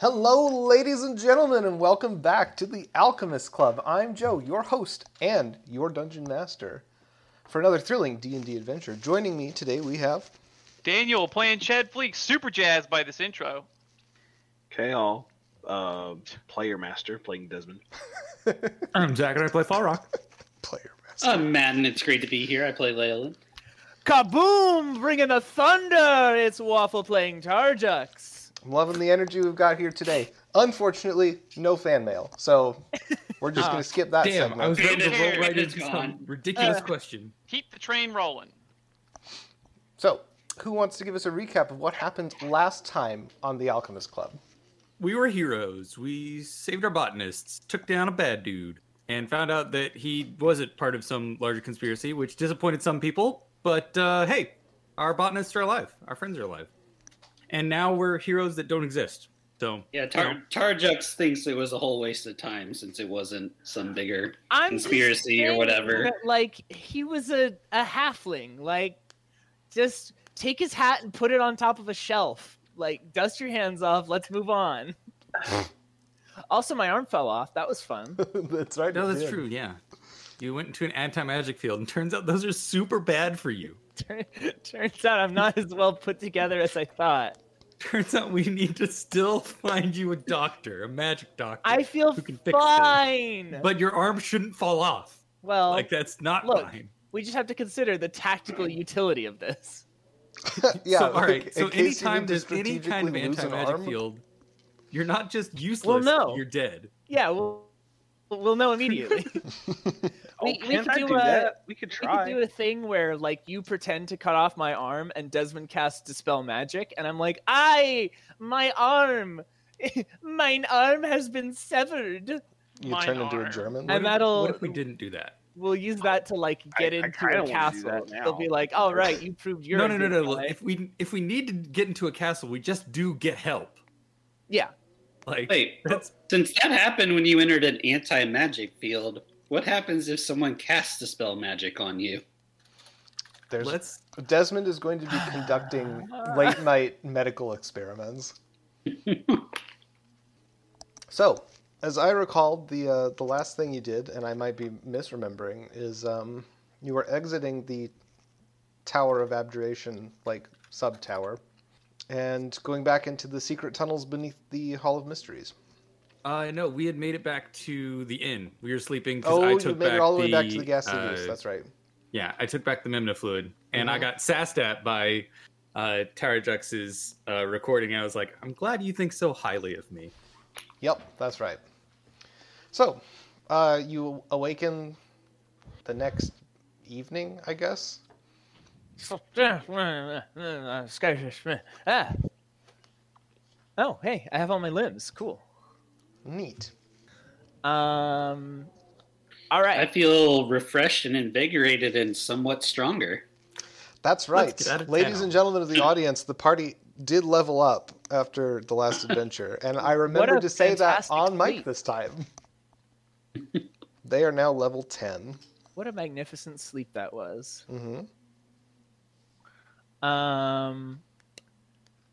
Hello, ladies and gentlemen, and welcome back to the Alchemist Club. I'm Joe, your host and your dungeon master, for another thrilling D and D adventure. Joining me today, we have Daniel playing Chad Fleek, super jazzed by this intro. KL, uh, player master, playing Desmond. I'm Zach, and I play Fall Rock. Player Master. I'm Matt, and Uh, it's great to be here. I play Leyland. Kaboom! Bringing the thunder! It's Waffle playing Tarjux. I'm loving the energy we've got here today. Unfortunately, no fan mail, so we're just going to skip that Ah, Damn, segment. I was ready to It's roll right into gone. some ridiculous question. Keep the train rolling. So, who wants to give us a recap of what happened last time on the Alchemist Club? We were heroes. We saved our botanists, took down a bad dude, and found out that he wasn't part of some larger conspiracy, which disappointed some people. But uh, hey, our botanists are alive. Our friends are alive. And now we're heroes that don't exist. So Yeah, you know, Tar- Tarjux thinks it was a whole waste of time since it wasn't some bigger. I'm Conspiracy or saying whatever. that, like he was a, a halfling. Like just take his hat and put it on top of a shelf. Like dust your hands off. Let's move on. also, my arm fell off. That was fun. that's right. no, we that's did. true. Yeah, you went into an anti-magic field, and turns out those are super bad for you. Turn- Turns out I'm not as well put together as I thought. Turns out we need to still find you a doctor, a magic doctor. I feel who can fix them. fine. But your arm shouldn't fall off. well, Like that's not look, fine. we just have to consider the tactical utility of this. yeah. so, all like, right. in So case you anytime need to there's any kind of strategically lose an anti-magic arm, field, you're not just useless. no. you're dead. Yeah, we'll, we'll know immediately. Oh, we, we could do, a, We could we could do a thing where like you pretend to cut off my arm and Desmond casts dispel magic, and I'm like, I my arm, mine arm has been severed. you Mine turn into a are. German. What I'm if- at What a- if we didn't do that? We'll use that to like get I- I into kinda a wanna do castle. that now. They'll be like, all right, you proved you're no, a no, no, good no. look, guy." If we if we need to get into a castle, we just do get help. Yeah. Like Wait, that's since that happened when you entered an anti magic field, what happens if someone casts a spell magic on you? There's let's Desmond is going to be conducting late night medical experiments. so, as I recalled, the uh, the last thing you did, and I might be misremembering, is um, you were exiting the Tower of Abjuration, like sub tower, and going back into the secret tunnels beneath the Hall of Mysteries. Uh, no, we had made it back to the inn. We were sleeping because Oh, I you took made back it all the way back to the gas uh, uh, That's right. Yeah, I took back the Memna fluid, and I Mhm. got sassed at by uh, Tarajux's uh, recording. I was like, "I'm glad you think so highly of me." Yep, that's right. So, uh, you awaken the next evening, I guess. Ah. Oh, hey, I have all my limbs. Cool. Neat. Um, all right. I feel refreshed and invigorated and somewhat stronger. That's right. get out of Ladies town. and gentlemen of the audience, the party did level up after the last adventure, and I remember a to say that fantastic on mic feat. this time. they are now level 10. What a magnificent sleep that was. hmm Um,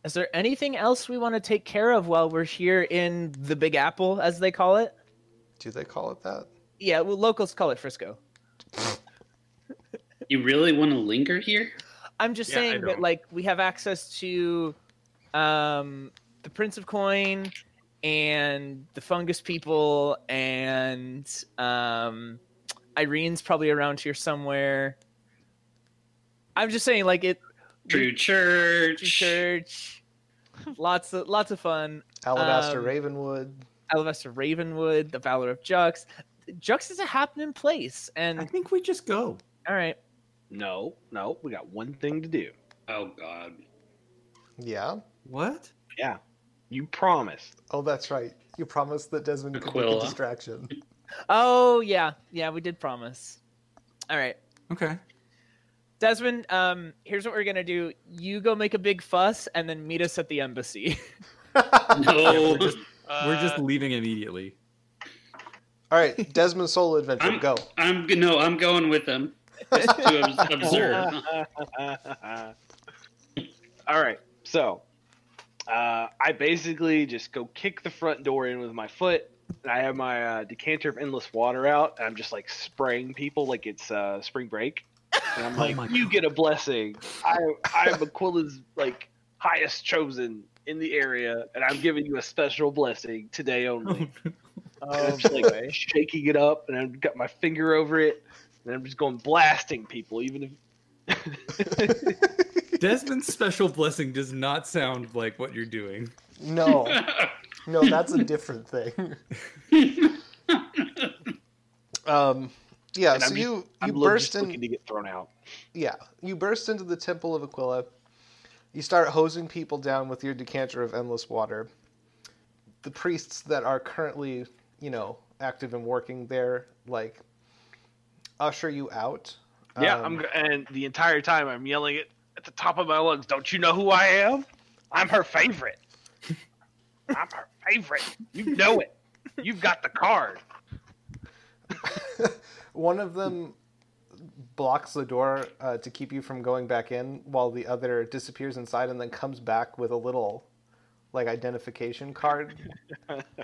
is there anything else we want to take care of while we're here in the Big Apple, as they call it? Do they call it that? Yeah, well, locals call it Frisco. You really want to linger here? I'm just Yeah, I saying that, don't. like, we have access to um, the Prince of Coin and the Fungus People, and um, Irene's probably around here somewhere. I'm just saying, like, it. True church. church. lots of lots of fun. Alabaster Um, Ravenwood. Alabaster Ravenwood, the Valor of Jux. Jux is a happening place, I and think we just go. all right, No, no, we got one thing to do. Oh, God. Yeah. What? You promised. Oh, that's right. You promised that Desmond could be a Aquila. distraction. oh yeah, yeah, we did promise. All right, Okay. Desmond. Um, here's what we're gonna do. You go make a big fuss, and then meet us at the embassy. No. Uh, we're just leaving immediately. All right, Desmond solo adventure, I'm- go. I'm, no, I'm going with them just to ob- observe. All right. So, Uh, I basically just go kick the front door in with my foot. And I have my uh, decanter of endless water out, and I'm just like spraying people like it's uh, spring break. And I'm Oh like, my "You get a blessing. I I'm Aquila's like highest chosen in the area, and I'm giving you a special blessing today only." And Oh I'm just like shaking it up, and I've got my finger over it, and I'm just going blasting people, even if Desmond's special blessing does not sound like what you're doing. no, no, that's a different thing. Um, yeah. so And I'm just- you you I'm literally burst just in. looking to get thrown out. yeah, you burst into the temple of Aquila. You start hosing people down with your decanter of endless water. The priests that are currently, you know, active and working there, like, usher you out. Yeah, Um, I'm g- and the entire time I'm yelling it at the top of my lungs. Don't you know who I am? I'm her favorite. I'm her favorite. You know it. You've got the card. One of them blocks the door uh, to keep you from going back in, while the other disappears inside and then comes back with a little, like, identification card,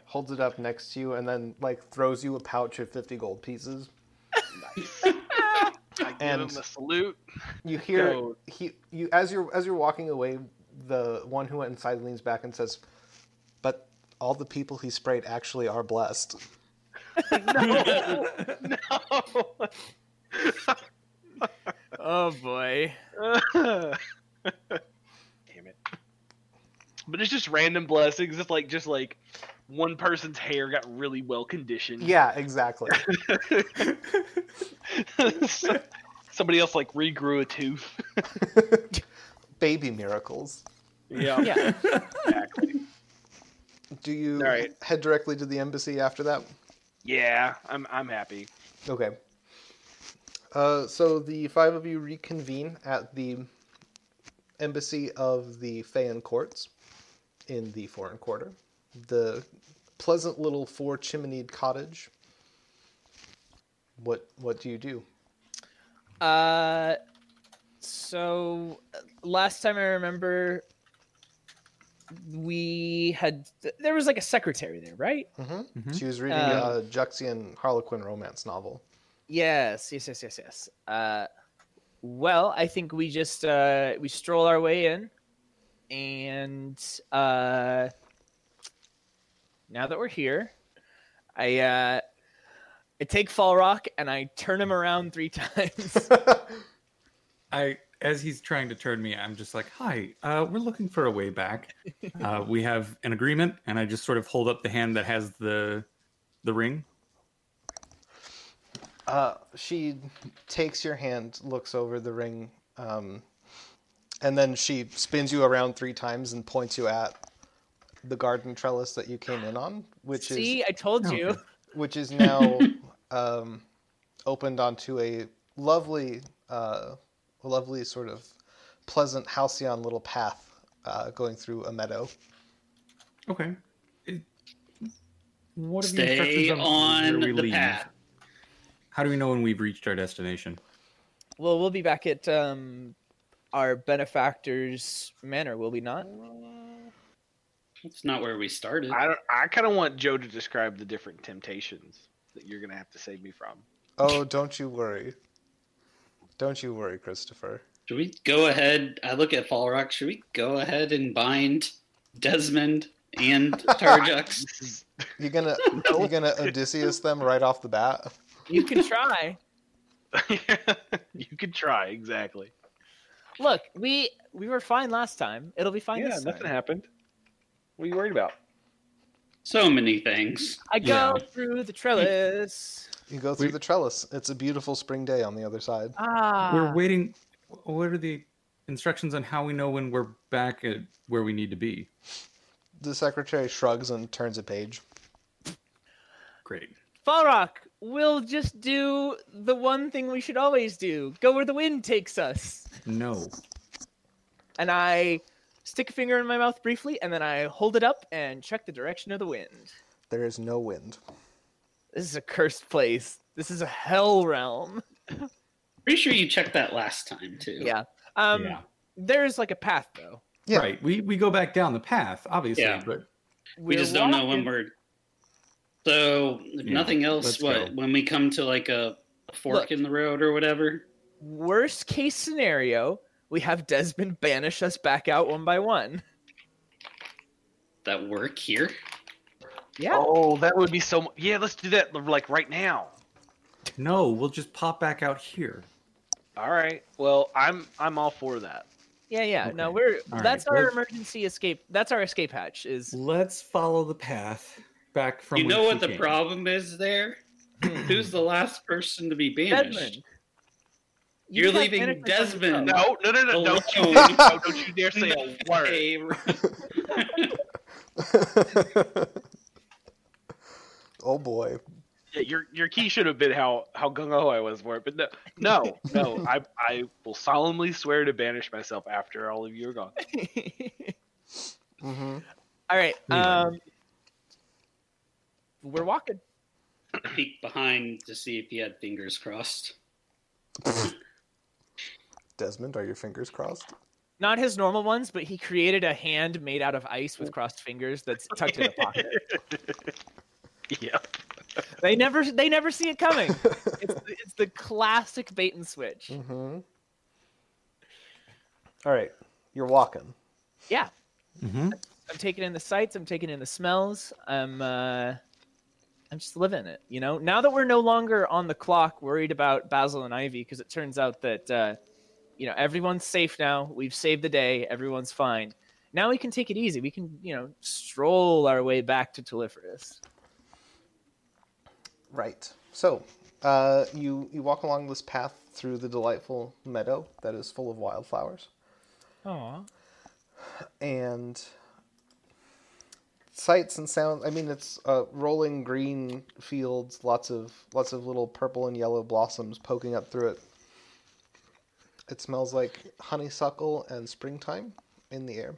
holds it up next to you, and then, like, throws you a pouch of 50 gold pieces. I give And- him a salute. You hear Go. he you as you're as you're walking away, the one who went inside leans back and says, "But all the people he sprayed actually are blessed." No, Oh boy. no. Damn it. But it's just random blessings. It's like just like one person's hair got really well conditioned. Yeah, exactly. So- Somebody else like regrew a tooth. Baby miracles. Yeah. Yeah. Exactly. Do you All right. head directly to the embassy after that? Yeah, I'm I'm happy. Okay. Uh, so the five of you reconvene at the embassy of the Feyan courts in the foreign quarter, the pleasant little four chimneyed cottage. What what do you do? Uh, so uh, last time I remember, we had th- there was like a secretary there, right? Mm-hmm. Mhm. She was reading Um, a Juxian Harlequin romance novel. Yes, yes, yes, yes, yes. Uh, well, I think we just uh, we stroll our way in, and uh, now that we're here, I uh, I take Fall Rock and I turn him around three times. I as he's trying to turn me, I'm just like, "Hi, uh, we're looking for a way back. Uh, we have an agreement." And I just sort of hold up the hand that has the the ring. Uh, she takes your hand, looks over the ring, um, and then she spins you around three times and points you at the garden trellis that you came in on, which See, is I told you. Okay. which is now um, opened onto a lovely, uh, lovely sort of pleasant halcyon little path uh, going through a meadow. Okay. It- what are the Stay instructions on where we the path. How do we know when we've reached our destination? Well, we'll be back at um, our benefactor's manor, will we not? That's not where we started. I don't, I kind of want Joe to describe the different temptations that you're gonna have to save me from. Oh, don't you worry. Don't you worry, Christopher. Should we go ahead? I look at Fall Rock. Should we go ahead and bind Desmond and Tarjux? You're gonna you're gonna Odysseus them right off the bat. You can try. you could try exactly. Look, we we were fine last time. It'll be fine yeah, this nothing time. happened. What are you worried about? so many things. I go Yeah. through the trellis. You go through We- the trellis. It's a beautiful spring day on the other side. Ah, we're waiting. What are the instructions on how we know when we're back at where we need to be? The secretary shrugs and turns a page. Great. Fall Rock. We'll just do the one thing we should always do: go where the wind takes us. No. And I stick a finger in my mouth briefly, and then I hold it up and check the direction of the wind. There is no wind. This is a cursed place. This is a hell realm. Pretty sure you checked that last time too. Yeah. Um. yeah. There's like a path though. Yeah. Right. We we go back down the path, obviously. Yeah. But We just don't know when walking. we're. So if Yeah, nothing else, let's what go. when we come to like a fork Look. in the road or whatever? Worst case scenario, we have Desmond banish us back out one by one. That work here? Yeah. Oh, that would be so. mu- Yeah, let's do that like right now. no, we'll just pop back out here. All right. Well, I'm I'm all for that. Yeah, yeah. No, Okay. we're All right, that's our let's- emergency escape. That's our escape hatch. Is Let's follow the path back from. you know whence we what the came. problem is there? Who's the last person to be banished? Desmond. You You're can't leaving banish us Desmond. yourself. No, no, no, no! Don't you, Alone. dare, Oh. no, don't you dare say a word. Hey, oh boy. Yeah, your your key should have been how how gung ho I was for it, but no, no, no. I I will solemnly swear to banish myself after all of you are gone. Mm-hmm. All right. Anyway. Um, we're walking. peek behind to see if he had fingers crossed. Desmond, are your fingers crossed? Not his normal ones, but he created a hand made out of ice with crossed fingers that's tucked in a pocket. Yeah. They never they never see it coming. It's, the- it's the classic bait and switch. Mm-hmm. All right. You're walking. Yeah, Mhm. I'm taking in the sights. I'm taking in the smells. I'm uh, I'm just living it. You know. Now that we're no longer on the clock, worried about Basil and Ivy, because it turns out that uh, you know everyone's safe now. We've saved the day. Everyone's fine. Now we can take it easy. We can you know stroll our way back to Telephorus. Right. So, uh, you you walk along this path through the delightful meadow that is full of wildflowers, Aw. and sights and sounds. I mean, it's uh, rolling green fields, lots of lots of little purple and yellow blossoms poking up through it. It smells like honeysuckle and springtime in the air.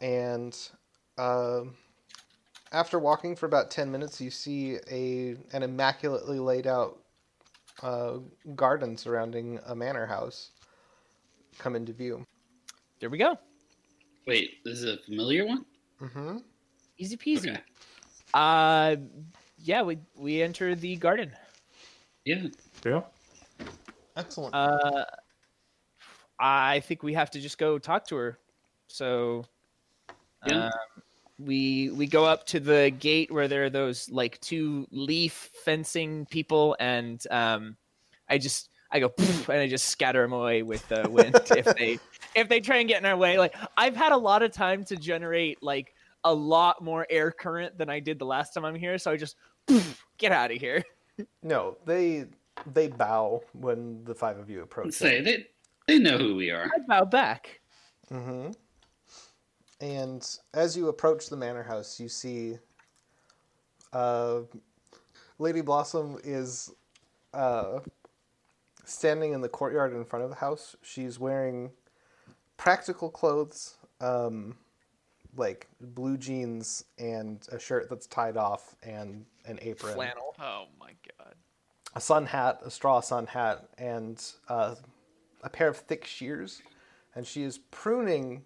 And um after walking for about ten minutes, you see a an immaculately laid out uh, garden surrounding a manor house come into view. There we go. Wait, this is a familiar one? hmm Easy peasy. Okay. Uh, yeah, we we enter the garden. Yeah. Yeah. Excellent. Uh, I think we have to just go talk to her. So, Yeah. um, we we go up to the gate where there are those like two leaf fencing people, and um, I just I go "Poof," and I just scatter them away with the wind if they if they try and get in our way. Like I've had a lot of time to generate like a lot more air current than I did the last time I'm here, so I just "Poof," get out of here. No, they they bow when the five of you approach. Let's say they they know who we are. I bow back. Mm-hmm. And as you approach the manor house, you see uh, Lady Blossom is uh, standing in the courtyard in front of the house. She's wearing practical clothes, um, like blue jeans and a shirt that's tied off and an apron. Flannel. Oh my god. a sun hat, a straw sun hat, and uh, a pair of thick shears. And she is pruning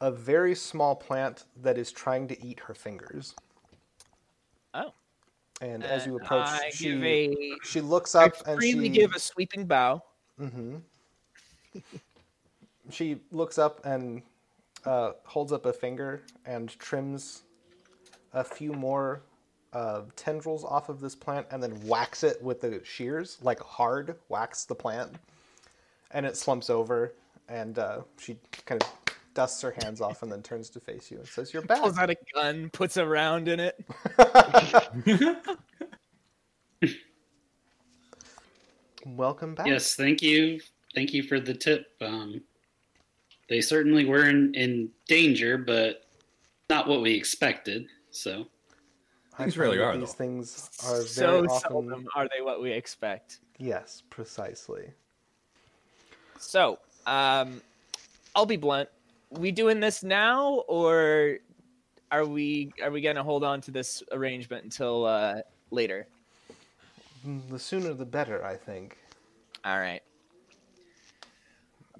a very small plant that is trying to eat her fingers. Oh. And as you And approach, I she, give a she looks up I and freely she give a sweeping bow. hmm she looks up and uh, holds up a finger and trims a few more uh, tendrils off of this plant and then whacks it with the shears, like hard whacks the plant. And it slumps over and uh, she kind of dusts her hands off and then turns to face you and says, You're back. Pulls out a gun, puts a round in it. Welcome back. Yes, thank you. Thank you for the tip. Um, they certainly were in, in danger, but not what we expected. So I Things really find that are, These though. things are very so often. seldom are they what we expect. Yes, precisely. So, um, I'll be blunt. We doing this now, or are we are we gonna hold on to this arrangement until uh, later? Mm, The sooner the better, I think. All right.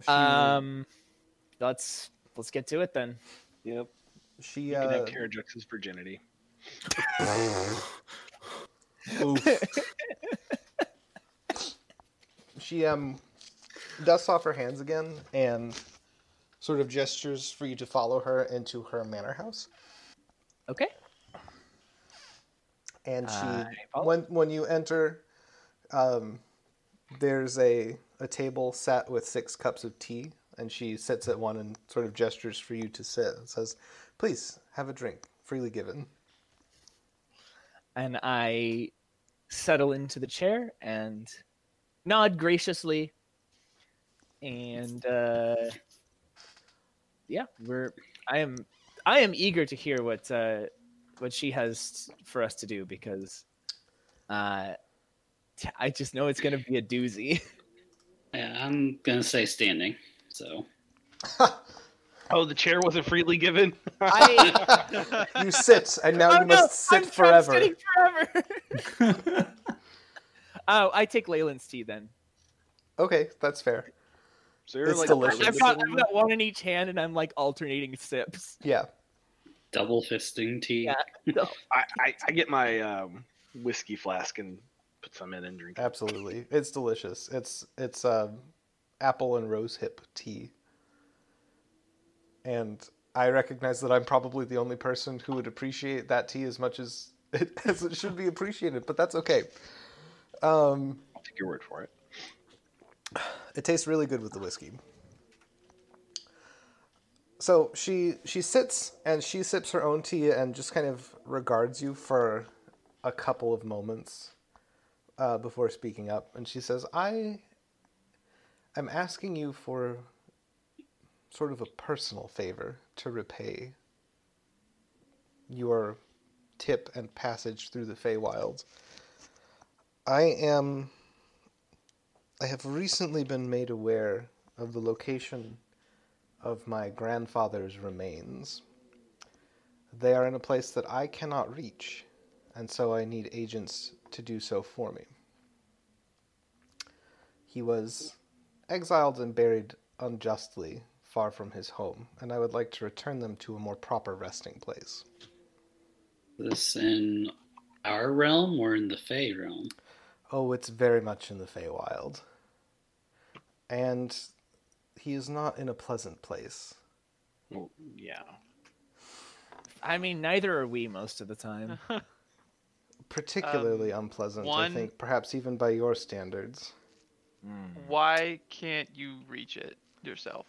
She Um, let's let's get to it then. Yep. She You can uh, have Carajex's virginity. she um dusts off her hands again and sort of gestures for you to follow her into her manor house. Okay. And she I follow. when when you enter, um, there's a a table set with six cups of tea, and she sits at one and sort of gestures for you to sit and says, "Please have a drink, freely given." And I settle into the chair and nod graciously. And uh, yeah, we're I am I am eager to hear what uh, what she has for us to do because uh, t- I just know it's gonna be a doozy. Yeah, I'm gonna stay standing. So Oh, the chair wasn't freely given. I, Oh, You sit, and now you must sit I'm forever. sitting forever. oh, I take Leyland's tea then. Okay, that's fair. So you're It's like delicious. I've got, I've got one in each hand, and I'm like alternating sips. Yeah, double fisting tea. Yeah. I, I, I get my um, whiskey flask and put some in and drink. it. absolutely. It's delicious. It's it's um, apple and rose hip tea, and I recognize that I'm probably the only person who would appreciate that tea as much as it, as it should be appreciated, but that's okay. Um, I'll take your word for it. It tastes really good with the whiskey. So she she sits and she sips her own tea and just kind of regards you for a couple of moments uh, before speaking up, and she says, "I am asking you for sort of a personal favor to repay your tip and passage through the Feywild. I am." I have recently been made aware of the location of my grandfather's remains. They are in a place that I cannot reach, and so I need agents to do so for me. He was exiled and buried unjustly far from his home, and I would like to return them to a more proper resting place. This in our realm or in the Fey realm? Oh, it's very much in the Feywild. And he is not in a pleasant place. Well, yeah. I mean, neither are we most of the time. particularly unpleasant, one- I think, perhaps even by your standards. Hmm. Why can't you reach it yourself?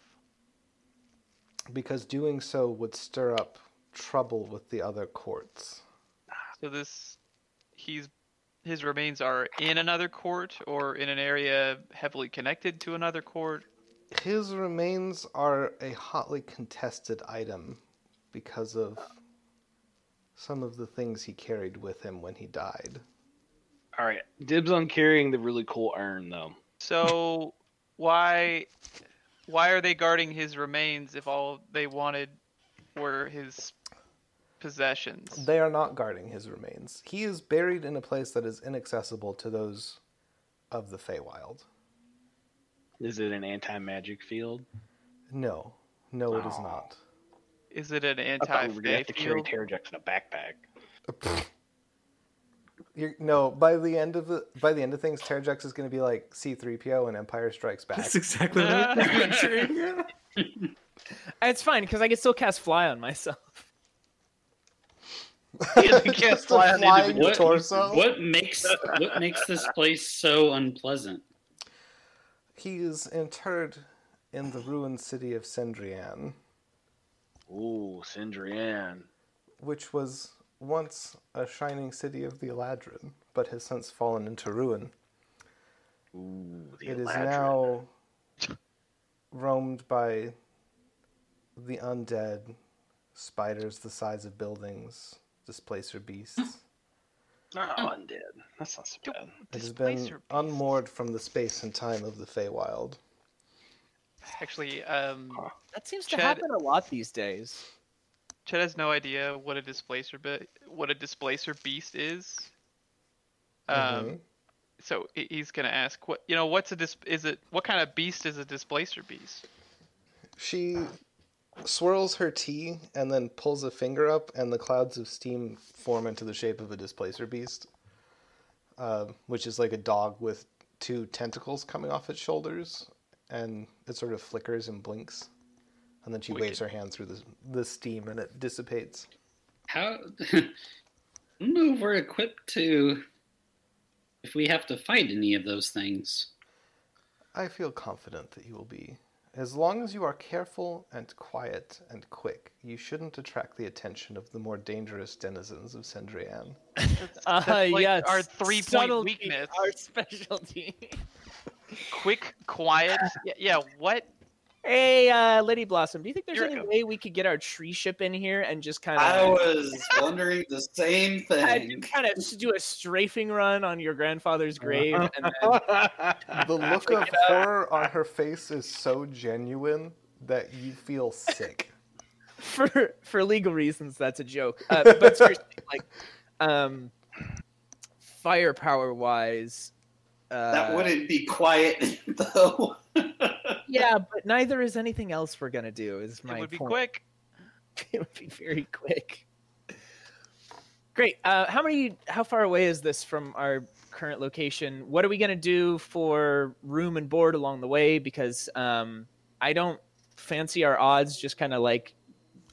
Because doing so would stir up trouble with the other courts. So this, he's, his remains are in another court or in an area heavily connected to another court. His remains are a hotly contested item because of some of the things he carried with him when he died. All right. Dibs on carrying the really cool urn, though. So why, why are they guarding his remains if all they wanted were his possessions? They are not guarding his remains. He is buried in a place that is inaccessible to those of the Feywild. Is it an anti-magic field? No, no, it is Oh. not. Is it an I thought we were anti-fae gonna have to carry field? Terrajex in a backpack. You're, no, by the end of the by the end of things, Terrajex is going to be like C-3PO and Empire Strikes Back. That's exactly what I'm picturing. It's fine because I can still cast fly on myself. He can't Just a fly on flying individual- torso. What makes what makes this place so unpleasant? He is interred in the ruined city of Sendrian, Ooh, Sindrian. which was once a shining city of the Eladrin, but has since fallen into ruin. Ooh, the It is Eladrin. now roamed by the undead, spiders the size of buildings, displacer beasts. Oh, undead. That's not so bad. It has been Displacer beast. unmoored from the space and time of the Feywild. Actually, um, That seems to Chad- happen a lot these days. Chet has no idea what a displacer be- what a displacer beast is. Um, Mhm. so he- he's gonna ask what you know. What's a dis- Is it what kind of beast is a displacer beast? She swirls her tea and then pulls a finger up, and the clouds of steam form into the shape of a displacer beast, uh, which is like a dog with two tentacles coming off its shoulders, and it sort of flickers and blinks. And then she waves her hand through the, the steam and it dissipates. How? I don't know if we're equipped to. If we have to fight any of those things, I feel confident that you will be. As long as you are careful and quiet and quick, you shouldn't attract the attention of the more dangerous denizens of Sendrian. Uh, That's like yes. our three-point subtlety, weakness. Our specialty. Quick, quiet. Yeah, yeah what? hey, uh, Lady Blossom, do you think there's You're any welcome. way we could get our tree ship in here and just kind I of was wondering the same thing. kind of do a strafing run on your Uh-huh. grandfather's grave? And then, The look of horror on her face is so genuine that you feel sick. for for legal reasons, that's a joke. Uh, but seriously, like, um, firepower wise, uh, That wouldn't be quiet though. Yeah, but neither is anything else we're gonna do. Is my it would be point. quick. it would be very quick. Great. Uh, how many? How far away is this from our current location? What are we gonna do for room and board along the way? Because um, I don't fancy our odds just kind of like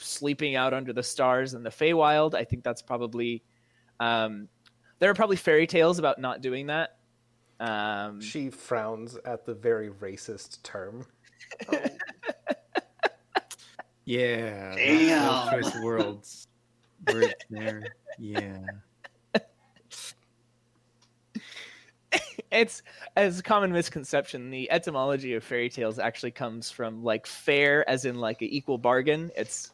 sleeping out under the stars in the Feywild. I think that's probably um, there are probably fairy tales about not doing that. Um, She frowns at the very racist term. Yeah. not Damn. Multiple Choice worlds. We're there. Yeah. it's as a common misconception the etymology of fairy tales actually comes from like fair as in like an equal bargain it's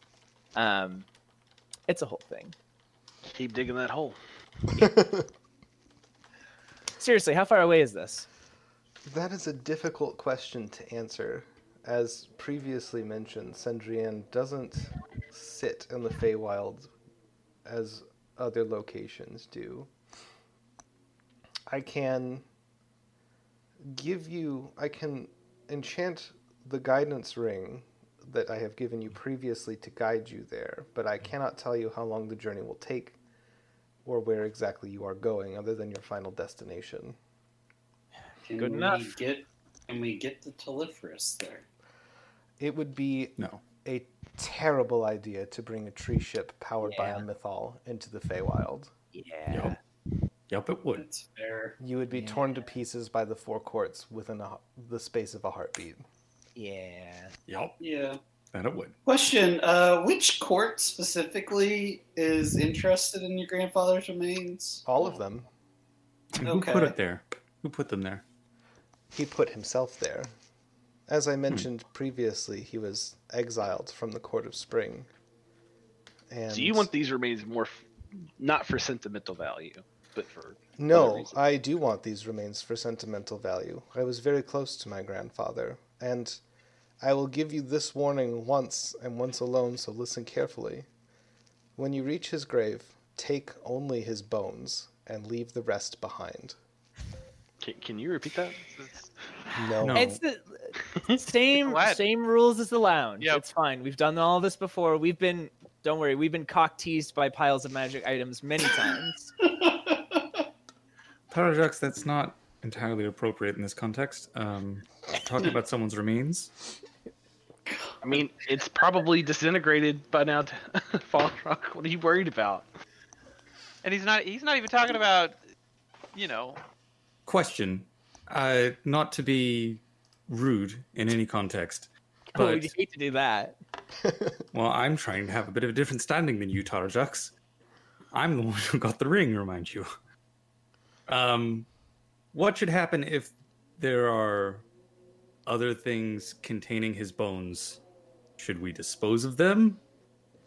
um it's a whole thing Keep digging that hole. seriously how far away is this That is a difficult question to answer. As previously mentioned, Sendrian doesn't sit in the Feywild as other locations do. I can give you, I can enchant the guidance ring that I have given you previously to guide you there, but I cannot tell you how long the journey will take or where exactly you are going, other than your final destination. can Good we enough. get? Can we get the Telephorus there? It would be No. a terrible idea to bring a tree ship powered Yeah. by a mythal into the Feywild. yeah Yup. Yup, it would. That's fair. You would be torn to pieces by the four courts within a, the space of a heartbeat. yeah Yup, Yeah. that it would. Question: uh, Which court specifically is interested in your grandfather's remains? All of them. And Who put Okay. it there? Who put them there? He put himself there. As I mentioned previously, he was exiled from the Court of Spring. And So you want these remains more, f- not for sentimental value, but for other No, reasons. I do want these remains for sentimental value. I was very close to my grandfather, and I will give you this warning once and once alone, so listen carefully. When you reach his grave, take only his bones and leave the rest behind. Can, can you repeat that? No. No. it's the same Glad. same rules as the lounge Yep. it's fine we've done all this before we've been don't worry we've been cock teased by piles of magic items many times Paradox, that's not entirely appropriate in this context. Um, talking about someone's remains. I mean, it's probably disintegrated by now. t- Fallen Rock. What are you worried about? And he's not. He's not even talking about. You know. Question. Uh, not to be rude in any context, but we'd hate to do that Well, I'm trying to have a bit of a different standing than you, Tarajux. I'm the one who got the ring, remind you. Um, what should happen if there are other things containing his bones? Should we dispose of them?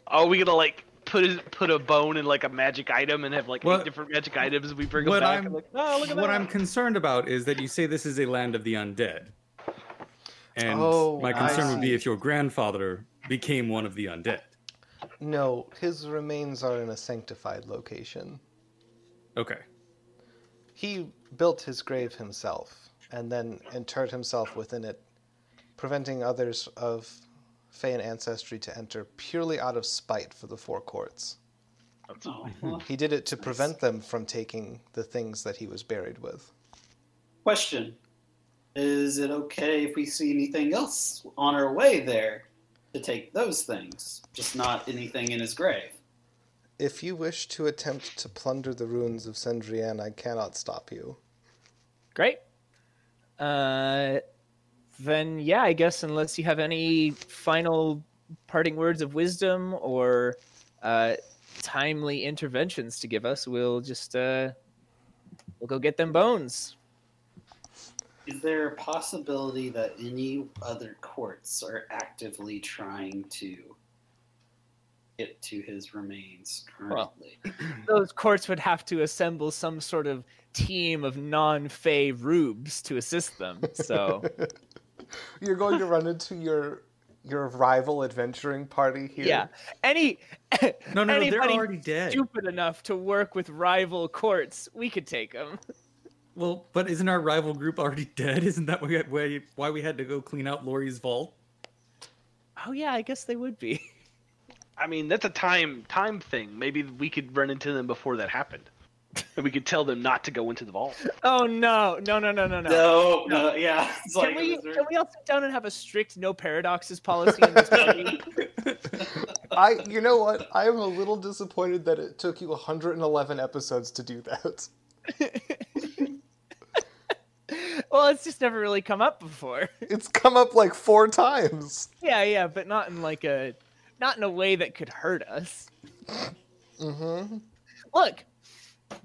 Are we gonna like put his, put a bone in like a magic item and have like What- eight different magic items? and We bring them what back. I'm- and like, oh, look at what that. I'm concerned about is that you say this is a land of the undead. And Oh, my I concern would be see. if your grandfather became one of the undead. No, his remains are in a sanctified location. Okay. He built his grave himself and then interred himself within it, preventing others of Feyan ancestry to enter purely out of spite for the four courts. Oh, well. He did it to prevent them from taking the things that he was buried with. Question: Is it okay if we see anything else on our way there to take those things, just not anything in his grave? If you wish to attempt to plunder the ruins of Sendrian, I cannot stop you. Great. Uh, then yeah, I guess unless you have any final parting words of wisdom or uh, timely interventions to give us, we'll just uh, we'll go get them bones. Is there a possibility that any other courts are actively trying to get to his remains currently? Those courts would have to assemble some sort of team of non-fave rubes to assist them. So You're going to run into your your rival adventuring party here. yeah, any No, no, no they're Anybody already dead. stupid enough to work with rival courts, we could take them. Well, but isn't our rival group already dead? Isn't that why- why why we had to go clean out Lori's vault? Oh yeah, I guess they would be. I mean, that's a time time thing. Maybe we could run into them before that happened, and we could tell them not to go into the vault. Oh no, no, no, no, no, no. No, no, yeah. It's Can like, we is there- can we all sit down and have a strict no paradoxes policy in this party? I you know what? I'm a little disappointed that it took you 111 episodes to do that. well, it's just never really come up before. It's come up like four times. yeah, yeah, but not in like a not in a way that could hurt us. Mm-hmm. Look,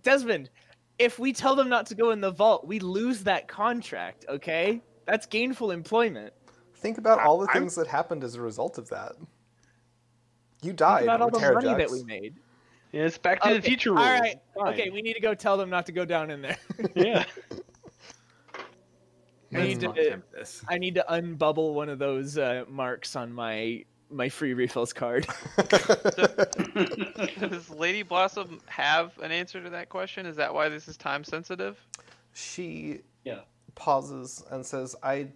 Desmond, if we tell them not to go in the vault, we lose that contract, okay? That's gainful employment. Think about all the I'm- things that happened as a result of that. You Think died. about all the with Terra money that Jax. we made. Yeah, it's back to the Okay, future All rule. right. Fine. Okay, we need to go tell them not to go down in there. Yeah. I need Let's to- not attempt this. I need to unbubble one of those uh, marks on my my free refills card. Does Lady Blossom have an answer to that question? Is that why this is time sensitive? she Yeah. pauses and says, I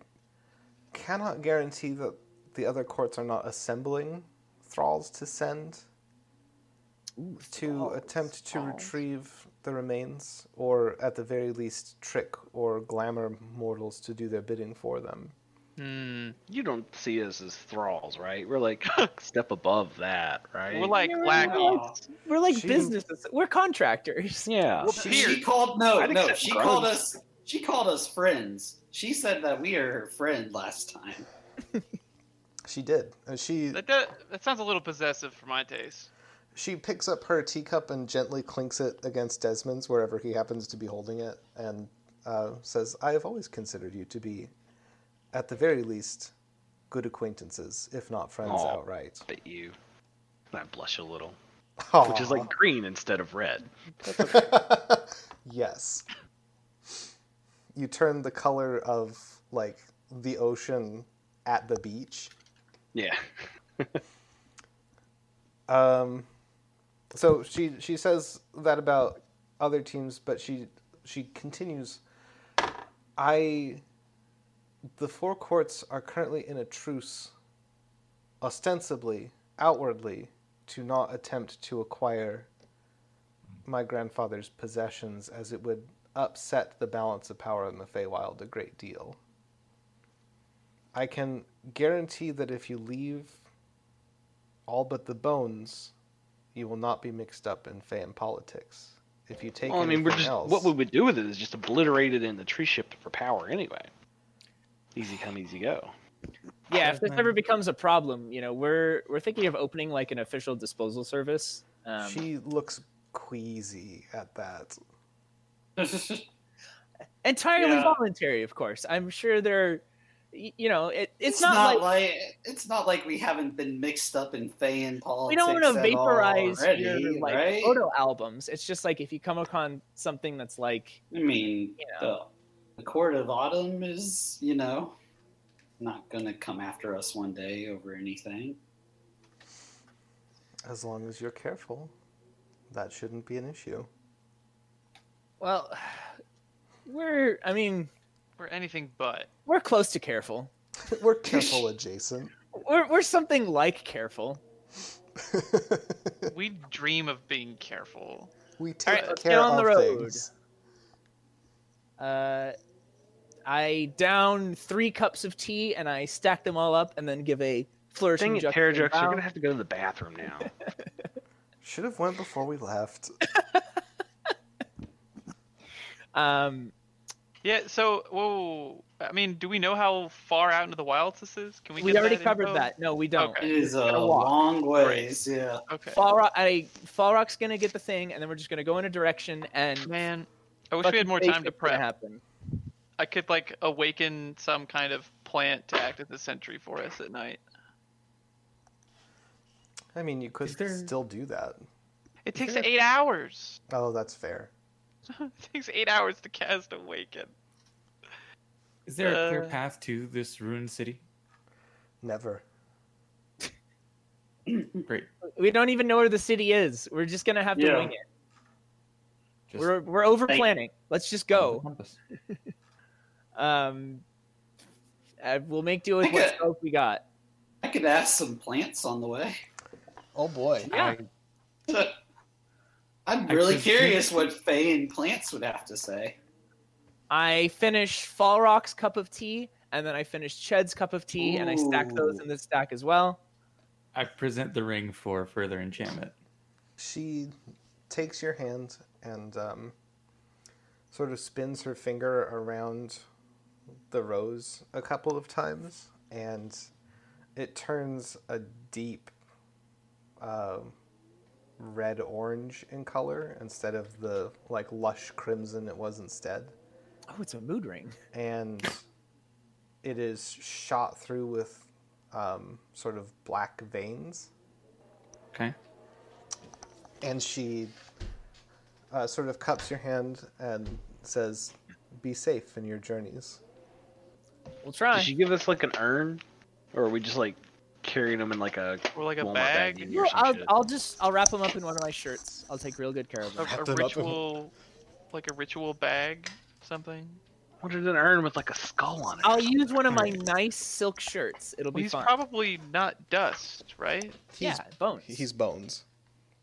cannot guarantee that the other courts are not assembling thralls to send to attempt to retrieve the remains, or at the very least, trick or glamour mortals to do their bidding for them. Hmm. You don't see us as thralls, right? We're like step above that, right? We're like You're black. Aw. We're like She- businesses. We're contractors. yeah. We're She peers. called no, I'd no. accept She groans. called us. She called us friends. She said that we are her friend last time. She did. And she That, does, that sounds a little possessive for my taste. she picks up her teacup and gently clinks it against Desmond's wherever he happens to be holding it, and uh, says, "I have always considered you to be, at the very least, good acquaintances, if not friends Aw. outright." at you. And I blush a little, Aw. which is like green instead of red. yes. You turn the color of like the ocean at the beach. Yeah. Um, so she she says that about other teams, but she she continues. I. The four courts are currently in a truce, ostensibly, outwardly, to not attempt to acquire my grandfather's possessions, as it would upset the balance of power in the Feywild a great deal. I can guarantee that if you leave all but the bones, you will not be mixed up in fan politics. If you take Well, I mean, we're anything just else, what we would do with it is just obliterate it in the tree ship for power anyway. Easy come, easy go. Yeah, if this ever becomes a problem, you know, we're we're thinking of opening like an official disposal service. Um, she looks queasy at that. entirely Yeah. voluntary, of course. I'm sure they're, y- you know, it, it's, not, like, it's not like we haven't been mixed up in fan politics. we don't want to at vaporize all already, your like right? photo albums. It's just like if you come upon something that's like, I mean, you know, the, the court of autumn is, you know, not gonna come after us one day over anything. As long as you're careful, that shouldn't be an issue. well, we're. I mean, We're anything but. we're close to careful. We're careful adjacent. We're, we're something like careful. We dream of being careful. we All take right, let's get care on the of road. things. Uh, I down three cups of tea and I stack them all up and then give a flourishing Dang it, juxtaposition Terrajux, you're bow. gonna have to go to the bathroom now. Should have went before we left. Um, Yeah. So, whoa. I mean, do we know how far out into the wilds this is? Can we? we, get already that covered info? that. No, we don't. Okay. It is a Gotta walk. long ways, yeah. Okay. Fall Rock, I Fall Rock's gonna get the thing, and then we're just gonna go in a direction and. Man, I wish we had more fucking time to shit's gonna prep. Happen. I could like awaken some kind of plant to act as a sentry for us at night. I mean, you could Is there- still do that. It takes there- eight hours. Oh, that's fair. it takes eight hours to cast awaken. Is there a clear Uh, path to this ruined city? Never. Great. We don't even know where the city is. We're just gonna have to Yeah. wing it. Just Uh-huh. We're we're over Hey. planning. Let's just follow the go. compass. Um, uh, we'll make do with Take what it. scope we got. I could ask some plants on the way. Oh boy. Yeah. I'm really could- curious what Faye and plants would have to say. I finish Fall Rock's cup of tea, and then I finish Ched's cup of tea, and I stack those Ooh. in the stack as well. I present the ring for further enchantment. she takes your hand and um, sort of spins her finger around the rose a couple of times, and it turns a deep uh, red orange in color instead of the like lush crimson it was instead Oh, it's a mood ring. and it is shot through with um, sort of black veins. Okay. And she uh, sort of cups your hand and says, "Be safe in your journeys." We'll Did try. she give us like an urn, or are we just like carrying them in like a Or like a walnut bag. baggie No, or some I'll, shit? I'll just I'll wrap them up in one of my shirts. I'll take real good care of a, them. Wrap a them up. ritual, like a ritual bag, something. What is an urn with like a skull on it? Oh, I'll use one of my nice silk shirts. It'll Well, be he's fun. probably not dust, right? yeah, He's- bones. He's bones.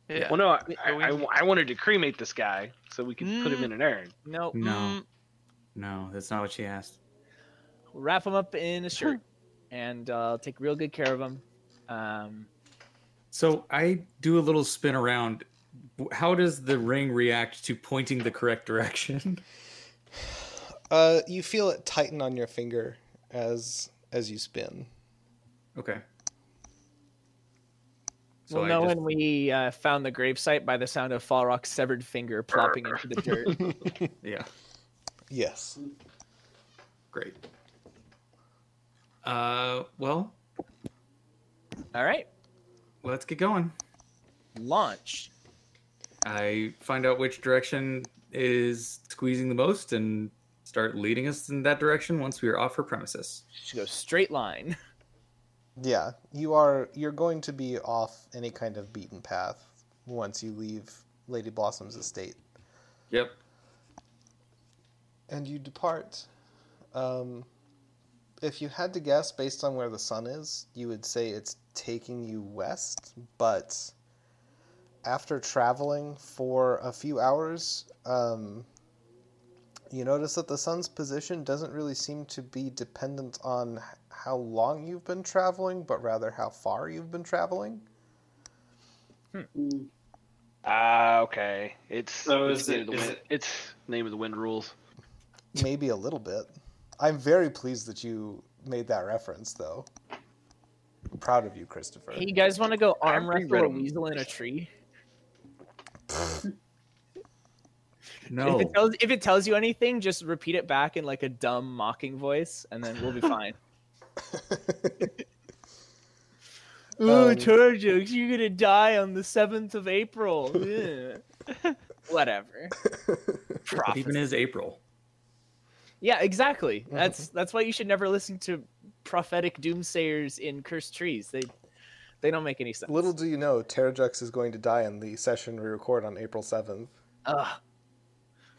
Yeah. Mm, Well, no, I, Wait, I, are we- I- I wanted to cremate this guy so we could put him in an urn. no, No. Mm, No, that's not what she asked. wrap them up in a shirt, and uh, I'll take real good care of them. Um, So I do a little spin around. How does the ring react to pointing the correct direction? Uh, you feel it tighten on your finger as as you spin. Okay. we'll know when we uh, found the gravesite by the sound of Fall Rock's severed finger plopping into the dirt. yeah, Yes. great. Uh, well, All right, let's get going. launch. I find out which direction is squeezing the most and start leading us in that direction once we are off her premises. Should go straight line. Yeah, you are. You're going to be off any kind of beaten path once you leave Lady Blossom's estate. Yep. and you depart. Um, if you had to guess based on where the sun is, you would say it's taking you west, but after traveling for a few hours, um, you notice that the sun's position doesn't really seem to be dependent on h- how long you've been traveling, but rather how far you've been traveling. Hmm. Ah, okay. It's So it's is name it- of the is wind, it- It's name of the wind rules. Maybe a little bit. I'm very pleased that you made that reference, though. proud of you, Christopher. Hey, you guys want to go arm I've wrestle a reread 'em. weasel in a tree? No. If it tells if it tells you anything, just repeat it back in like a dumb mocking voice, and then we'll be fine. Ooh, Um, Turjux, you're gonna die on the seventh of April. Whatever. Even is April. Yeah, exactly. That's that's why you should never listen to prophetic doomsayers in cursed trees. They they don't make any sense. Little do you know, Terrajux is going to die in the session we record on April 7th. Ugh.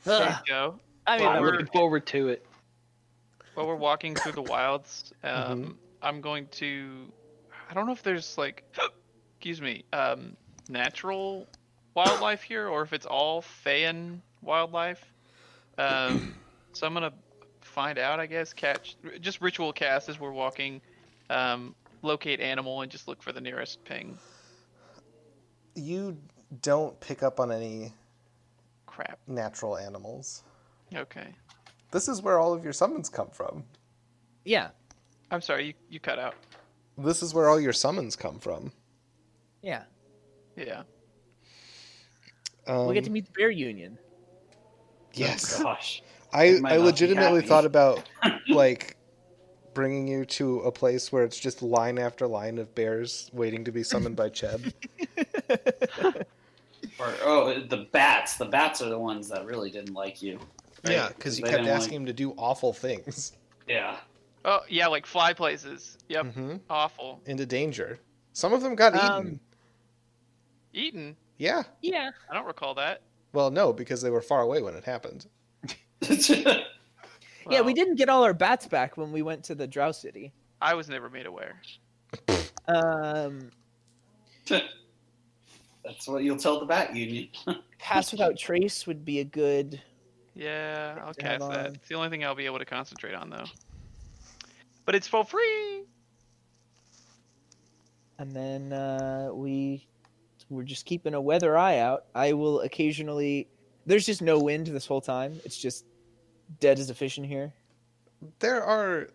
there Ugh. you go. I mean, Well, that we're- I'm would- looking forward to it. While we're walking through the wilds, um, I'm going to I don't know if there's like, excuse me, um, natural wildlife here, or if it's all Feyan wildlife. Um, so I'm gonna find out, I guess. Catch just ritual cast as we're walking, um, locate animal, and just look for the nearest ping. You don't pick up on any Crap. natural animals. Okay. This is where all of your summons come from. Yeah. I'm sorry. You you cut out. This is where all your summons come from. Yeah. Yeah. Um, we'll get to meet the bear union. Yes, Oh, Gosh. I It might I not be legitimately happy. thought about like bringing you to a place where it's just line after line of bears waiting to be summoned by Cheb. Or, oh, the bats. The bats are the ones that really didn't like you. right? Yeah, because you They kept didn't like- asking him to do awful things. Yeah. Oh yeah, like fly places. Yep. hmm Awful. Into danger. Some of them got Um, eaten. Eaten. Yeah. Yeah. I don't recall that. Well, no, because they were far away when it happened. yeah, Well, we didn't get all our bats back when we went to the Drow City. I was never made aware. Um, That's what you'll tell the bat union. Pass Without Trace would be a good. Yeah, I'll to have cast that. on. It's the only thing I'll be able to concentrate on though. But it's for free. And then uh, we we're just keeping a weather eye out. I will occasionally. There's just no wind this whole time. It's just dead as a fish in here. There are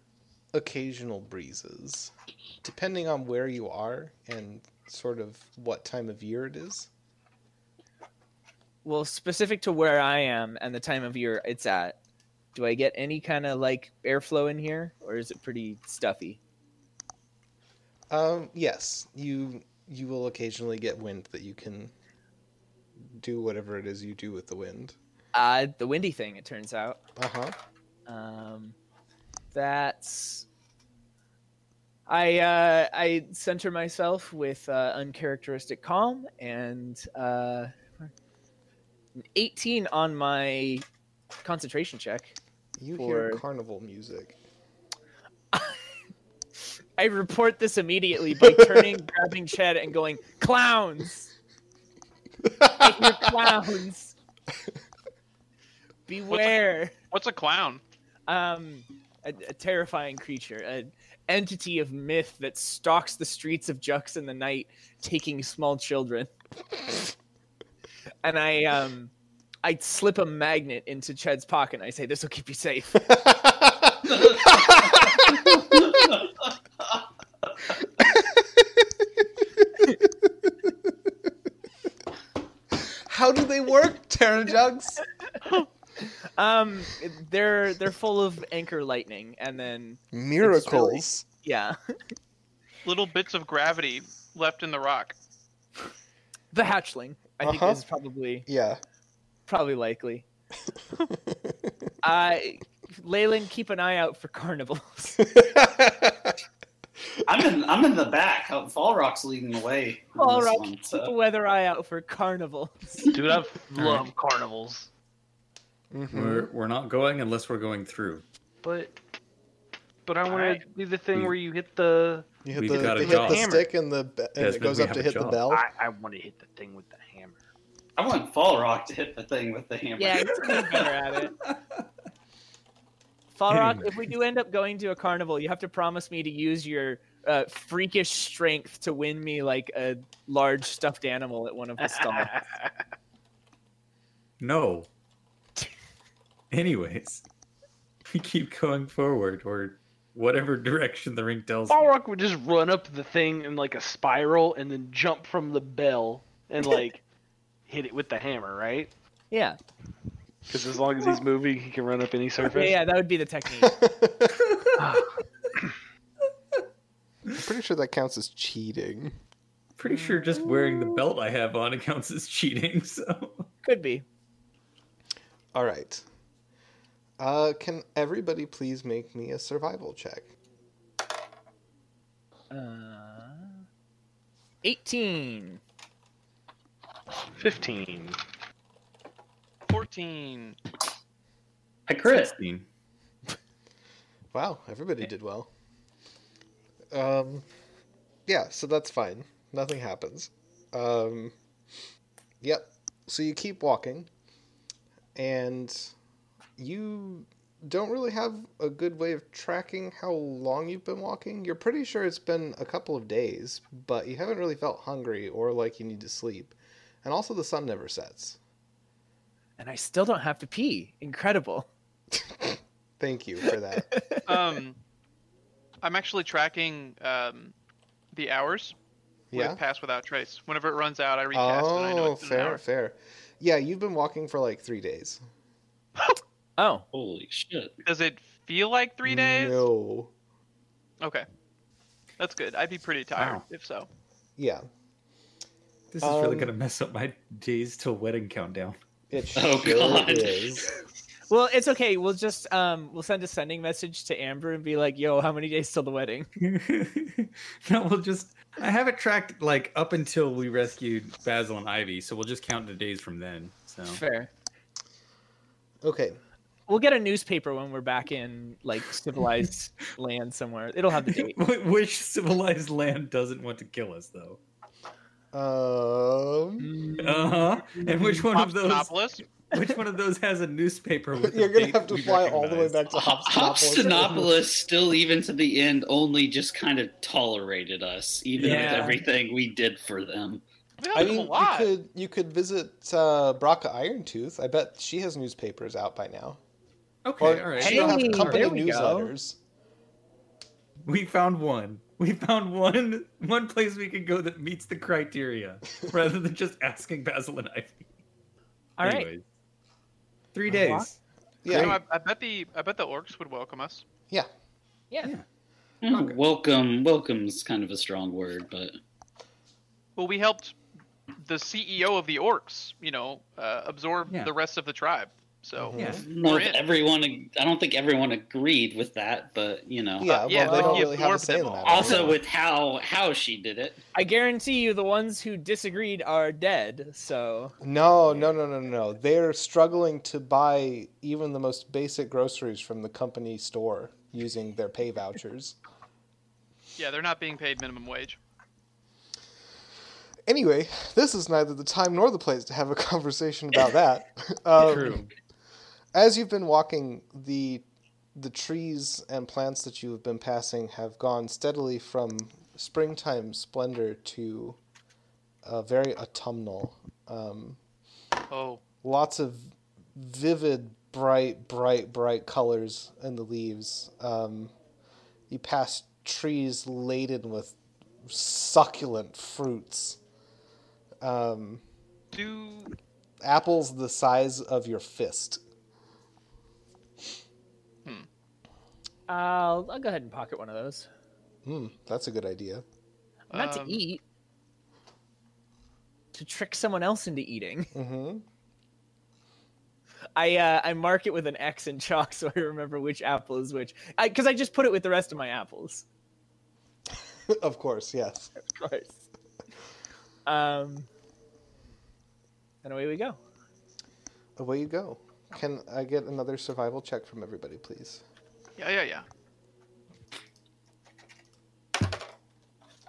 occasional breezes, depending on where you are and sort of what time of year it is. Well, specific to where I am and the time of year it's at, do I get any kind of like airflow in here, or is it pretty stuffy? Um, yes, you you will occasionally get wind that you can do whatever it is you do with the wind. Uh, the windy thing, it turns out. Uh huh. Um, that's. I uh, I center myself with uh, uncharacteristic calm and uh, an 18 on my concentration check. You hear For- carnival music. I report this immediately by turning, grabbing Chad, and going, "Clowns! I hear clowns! Beware!" What's a clown? um, a, a terrifying creature, an entity of myth that stalks the streets of Jux in the night, taking small children. and I, um, I slip a magnet into Ched's pocket. and I say, "This will keep you safe." How do they work, Terra Jugs? Um, they're they're full of anchor lightning, and then Miracles. yeah, Little bits of gravity left in the rock. the hatchling. I think Uh-huh. is probably Yeah. probably likely. Uh, Leyland, keep an eye out for carnivals. I'm in. I'm in the back. Uh, Fall Rock's leading the way. on Fall this Rock, one, keep a uh, so- weather eye out for carnival. Dude, I love carnivals. Hmm. Mhm. We're, we're not going unless we're going through. But but I want Alright. to do the thing We- where you hit the. You hit We've the, got a they hit the job. stick and the be- and it Desmond, goes we up have to a hit the job. bell. I, I want to hit the thing with the hammer. I want Fall Rock to hit the thing with the hammer. Yeah, he's gonna be better at it. Fall Rock, if we do end up going to a carnival, you have to promise me to use your uh, freakish strength to win me like a large stuffed animal at one of the stalls. No. Anyways, we keep going forward or whatever direction the ring tells me. Balrock would just run up the thing in like a spiral and then jump from the bell and like hit it with the hammer, right? yeah. Because as long as he's moving, he can run up any yeah, surface. yeah, that would be the technique. I'm pretty sure that counts as cheating. Pretty sure just wearing the belt I have on accounts as cheating, so. Could be. All right. Uh, can everybody please make me a survival check? Uh, Eighteen. Fifteen. Fourteen. I crit. 16. Wow, everybody did well. Um, yeah, so that's fine. Nothing happens. Um, yep. So you keep walking, and you don't really have a good way of tracking how long you've been walking. You're pretty sure it's been a couple of days, but you haven't really felt hungry or like you need to sleep. And also, the sun never sets. and I still don't have to pee. Incredible. Thank you for that. Um, I'm actually tracking um, the hours with yeah. pass without trace. Whenever it runs out, I recast and I know Oh, it's been an fair, hour. fair. Yeah, you've been walking for like three days. Oh, Holy shit. Does it feel like three days? No. Okay, that's good. I'd be pretty tired Wow. if so. Yeah. This is really Um, gonna mess up my days till wedding countdown. It Oh, sure God. is. well, it's okay. We'll just um, we'll send a sending message to Amber and be like, "Yo, how many days till the wedding?" no, we'll just. I have it tracked like up until we rescued Basil and Ivy, so we'll just count the days from then. So Fair. Okay. We'll get a newspaper when we're back in like civilized land somewhere. It'll have the date. Which civilized land doesn't want to kill us, though? Um, Mm, Uh huh. And which one of those? Hobstonopolis? Which one of those has a newspaper? With you're the gonna date have to we fly all the way recognize? back to Hobstonopolis. Hobstonopolis still, even to the end, only just kind of tolerated us, even Yeah. with everything we did for them. We don't I do a mean, you lot. could you could visit uh, Braca Irontooth. I bet she has newspapers out by now. Okay, all or right. she'll Hey, have company there we go. newsletters. We found one. We found one one place we could go that meets the criteria, rather than just asking Basil and Ivy. All right. Anyways. Three Wanna walk? days. You know, Yeah, I, I bet the I bet the orcs would welcome us. yeah. Yeah. Hmm. Oh, Welcome, welcome's kind of a strong word, but Well, we helped the CEO of the orcs, you know, uh, absorb Yeah. the rest of the tribe. So Mhm. Yeah. I don't know if Grin. everyone. I don't think everyone agreed with that, but you know. Yeah, yeah, well, they like don't you really have a absorb say in them that. all. Also, with how how she did it. I guarantee you, the ones who disagreed are dead. So no, no, no, no, no, no. They're struggling to buy even the most basic groceries from the company store using their pay vouchers. yeah, they're not being paid minimum wage. Anyway, this is neither the time nor the place to have a conversation about that. Um, True. as you've been walking, the the trees and plants that you have been passing have gone steadily from springtime splendor to uh, very autumnal. Um, Oh, lots of vivid, bright, bright, bright colors in the leaves. Um, you pass trees laden with succulent fruits, um, do apples the size of your fist. I'll, I'll go ahead and pocket one of those. Hmm, that's a good idea. Not Um, to eat. To trick someone else into eating. hmm Mm-hmm. I uh, I mark it with an X in chalk so I remember which apple is which. Because I, just put it with the rest of my apples, of course, yes. of course. Um, and away we go. Away you go. Can I get another survival check from everybody, please? yeah, yeah, yeah.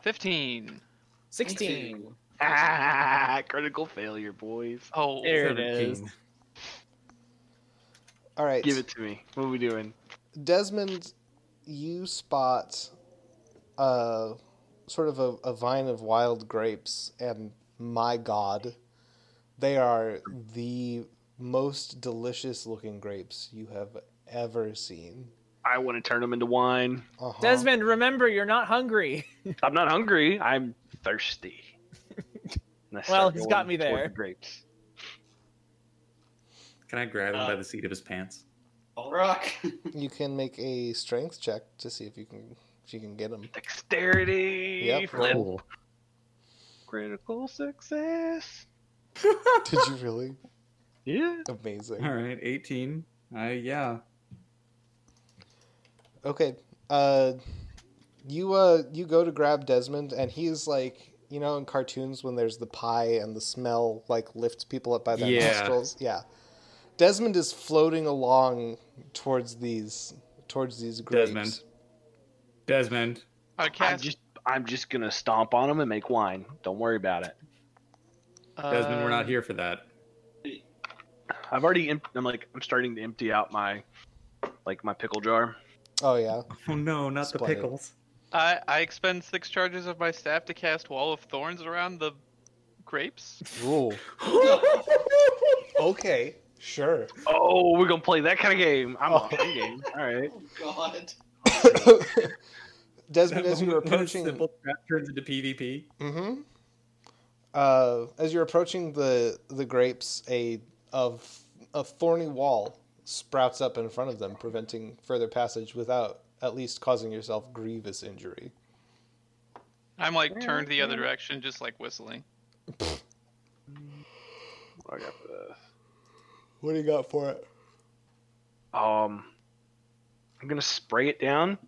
Fifteen. 16. Ah, critical failure, boys. Oh, There it is. Seventeen. All right. Give it to me. What are we doing? Desmond, you spot uh, sort of a, a vine of wild grapes, and my god, they are the most delicious looking grapes you have ever seen. I want to turn them into wine. Uh-huh. Desmond, remember, you're not hungry. I'm not hungry. I'm thirsty. And I start Well, he's going got me toward there. the grapes. Can I grab him by Uh, the seat of his pants? All rock. you can make a strength check to see if you can if you can get them. Dexterity. Yep. Flip. Critical success. Did you really? Yeah. Amazing. All right, eighteen. I yeah. Okay. Uh, you uh, you go to grab Desmond, and he's like, you know, in cartoons when there's the pie and the smell like lifts people up by their Yeah. nostrils. Yeah. Desmond is floating along towards these towards these grapes. Desmond. Desmond. I I cast just I'm just gonna stomp on them and make wine. Don't worry about it. Desmond, we're Um, not here for that. I've already. Em- I'm like. I'm starting to empty out my, like my pickle jar. Oh yeah. Oh no, not the Splendid. pickles. I, I expend six charges of my staff to cast Wall of Thorns around the grapes. Ooh. Okay. Sure. Oh, we're gonna play that kind of game. I'm Oh. on that game. All right. Oh God. That Desmond, as you were moment when approaching, simple crap turns into PvP. hmm Uh, as you're approaching the the grapes, a of a thorny wall sprouts up in front of them, preventing further passage without at least causing yourself grievous injury. I'm like turned the other direction, just like whistling. What do I got for this? What do you got for it? Um, I'm gonna spray it down,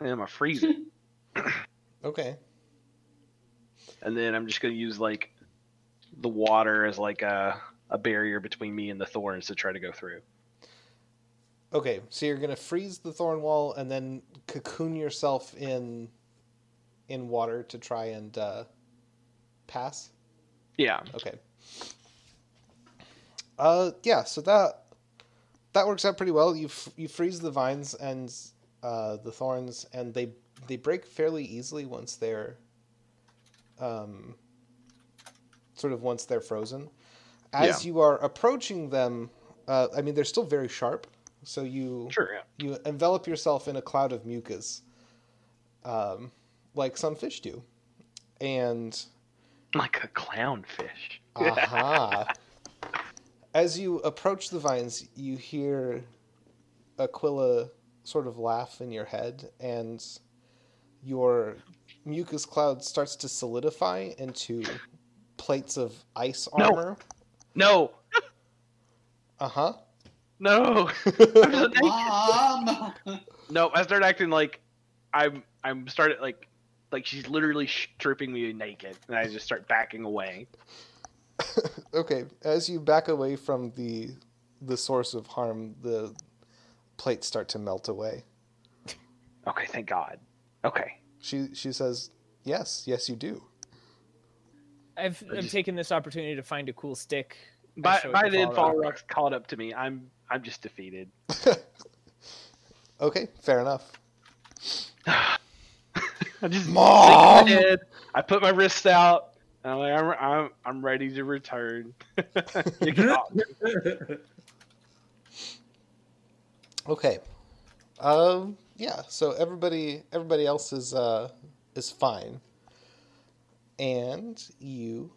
and I'm gonna freeze it, Okay. and then I'm just gonna use like the water as like a a barrier between me and the thorns to try to go through. Okay, so you're gonna freeze the thorn wall and then cocoon yourself in in water to try and uh, pass. Yeah. Okay. Uh, yeah. So that that works out pretty well. You f- you freeze the vines and uh, the thorns, and they they break fairly easily once they're um, sort of once they're frozen. As you are approaching them, uh, I mean they're still very sharp. So you Sure. Yeah. you envelop yourself in a cloud of mucus, um, like some fish do, and Like a clownfish. Aha. Uh-huh. As you approach the vines, you hear Aquila sort of laugh in your head, and your mucus cloud starts to solidify into plates of ice No. armor. No. Uh huh. No. Uh-huh. Mom. No, I start acting like I'm I'm started like like she's literally stripping me naked, and I just start backing away. okay. As you back away from the the source of harm, the plates start to melt away. Okay, thank God. Okay, She she says, "Yes, yes, you do." I've, I've taken this opportunity to find a cool stick. I by show it by to then, Fall Fall Rock. Rock's caught up to me. I'm I'm just defeated. Okay, fair enough. I just Mom! shake my head, I put my wrists out. And I'm like I'm I'm I'm ready to return. You can opt. Okay. Um. Yeah. So everybody, everybody else is uh is fine, and you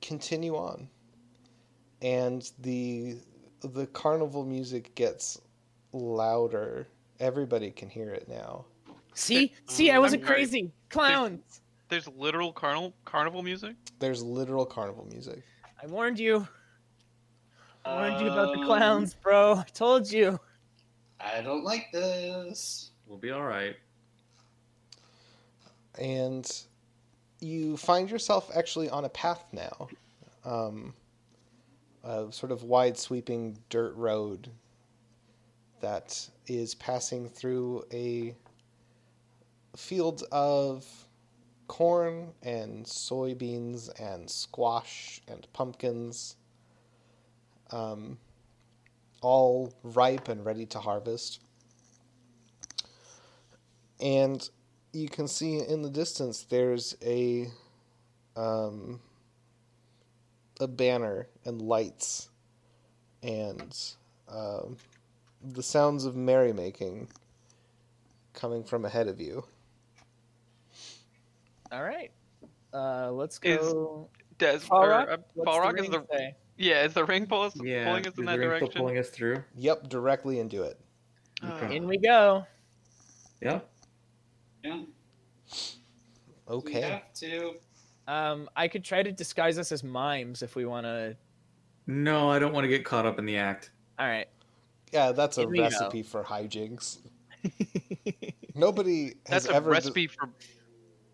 continue on, and the the carnival music gets louder. Everybody can hear it now. See, see, I wasn't Oh, I'm very- crazy. Clowns. There's literal carnival carnival music. There's literal carnival music. I warned you. I warned you about the Um, clowns, bro. I told you. I don't like this. We'll be all right. and you find yourself actually on a path now, um, a sort of wide sweeping dirt road that is passing through a field of corn and soybeans and squash and pumpkins, um, all ripe and ready to harvest. And you can see in the distance there's a um, a banner and lights and um, the sounds of merrymaking coming from ahead of you. All right. Uh, let's Is- go. Des Fall or, Rock? uh, What's Fall Rock the is the ring say? yeah is the ring pull us, Yeah, pulling us in is the that ring still direction. pulling us through. Yep, directly into it. Uh, Okay. In we go. Yeah. Yeah. We Okay. have to. Um, I could try to disguise us as mimes if we want to. No, I don't want to get caught up in the act. All right. Yeah, that's a Here we go. recipe for hijinks. Nobody has that's a ever de- recipe for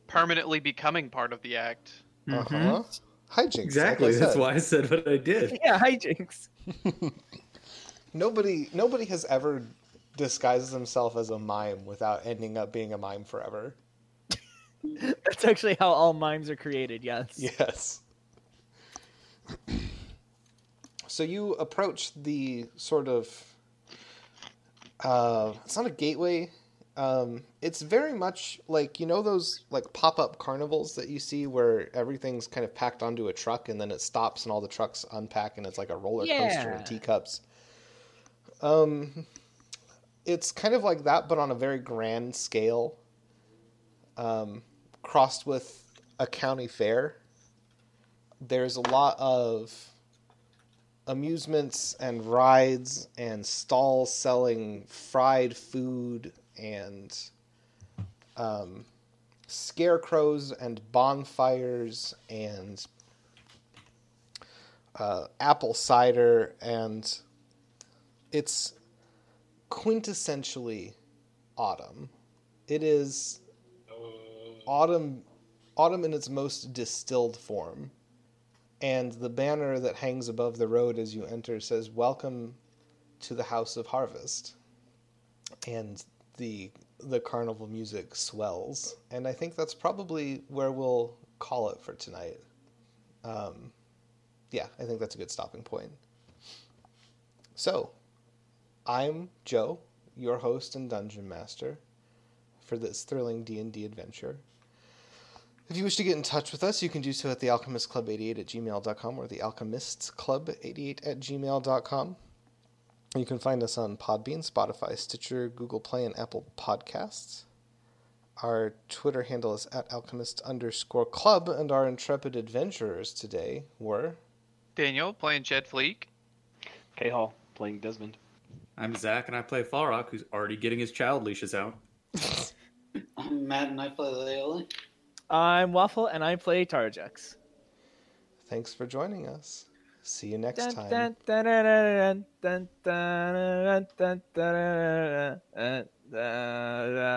permanently becoming part of the act. Uh-huh. Hijinks. like I Mm-hmm. Exactly. That's said. why I said what I did. yeah, hijinks. Nobody nobody has ever disguised themselves as a mime without ending up being a mime forever. That's actually how all mimes are created. Yes. Yes. So you approach the sort of. Uh, it's not a gateway. Um, it's very much like you know those like pop-up carnivals that you see where everything's kind of packed onto a truck and then it stops and all the trucks unpack and it's like a roller coaster Yeah. of teacups. Um, it's kind of like that, but on a very grand scale. Um, crossed with a county fair there's a lot of amusements and rides and stalls selling fried food and um, scarecrows and bonfires and uh, apple cider and it's quintessentially autumn it is autumn autumn in its most distilled form and the banner that hangs above the road as you enter says welcome to the house of harvest and the the carnival music swells and i think that's probably where we'll call it for tonight um, yeah i think that's a good stopping point so i'm joe your host and dungeon master for this thrilling d&d adventure if you wish to get in touch with us, you can do so at thealchemistclub88 at gmail.com or thealchemistsclub88 at gmail.com. You can find us on Podbean, Spotify, Stitcher, Google Play, and Apple Podcasts. Our Twitter handle is at alchemist underscore club, and our intrepid adventurers today were. Daniel playing Jed Fleek. K Hall playing Desmond. I'm Zach, and I play Falrock, who's already getting his child leashes out. I'm Matt and I play Leola. I'm Waffle, and I play Tarjax. Thanks for joining us. See you next Dun, time. dun, dun, dun, dun, dun, dun, dun, dun, dun, dun, dun, dun, dun, dun, dun, dun,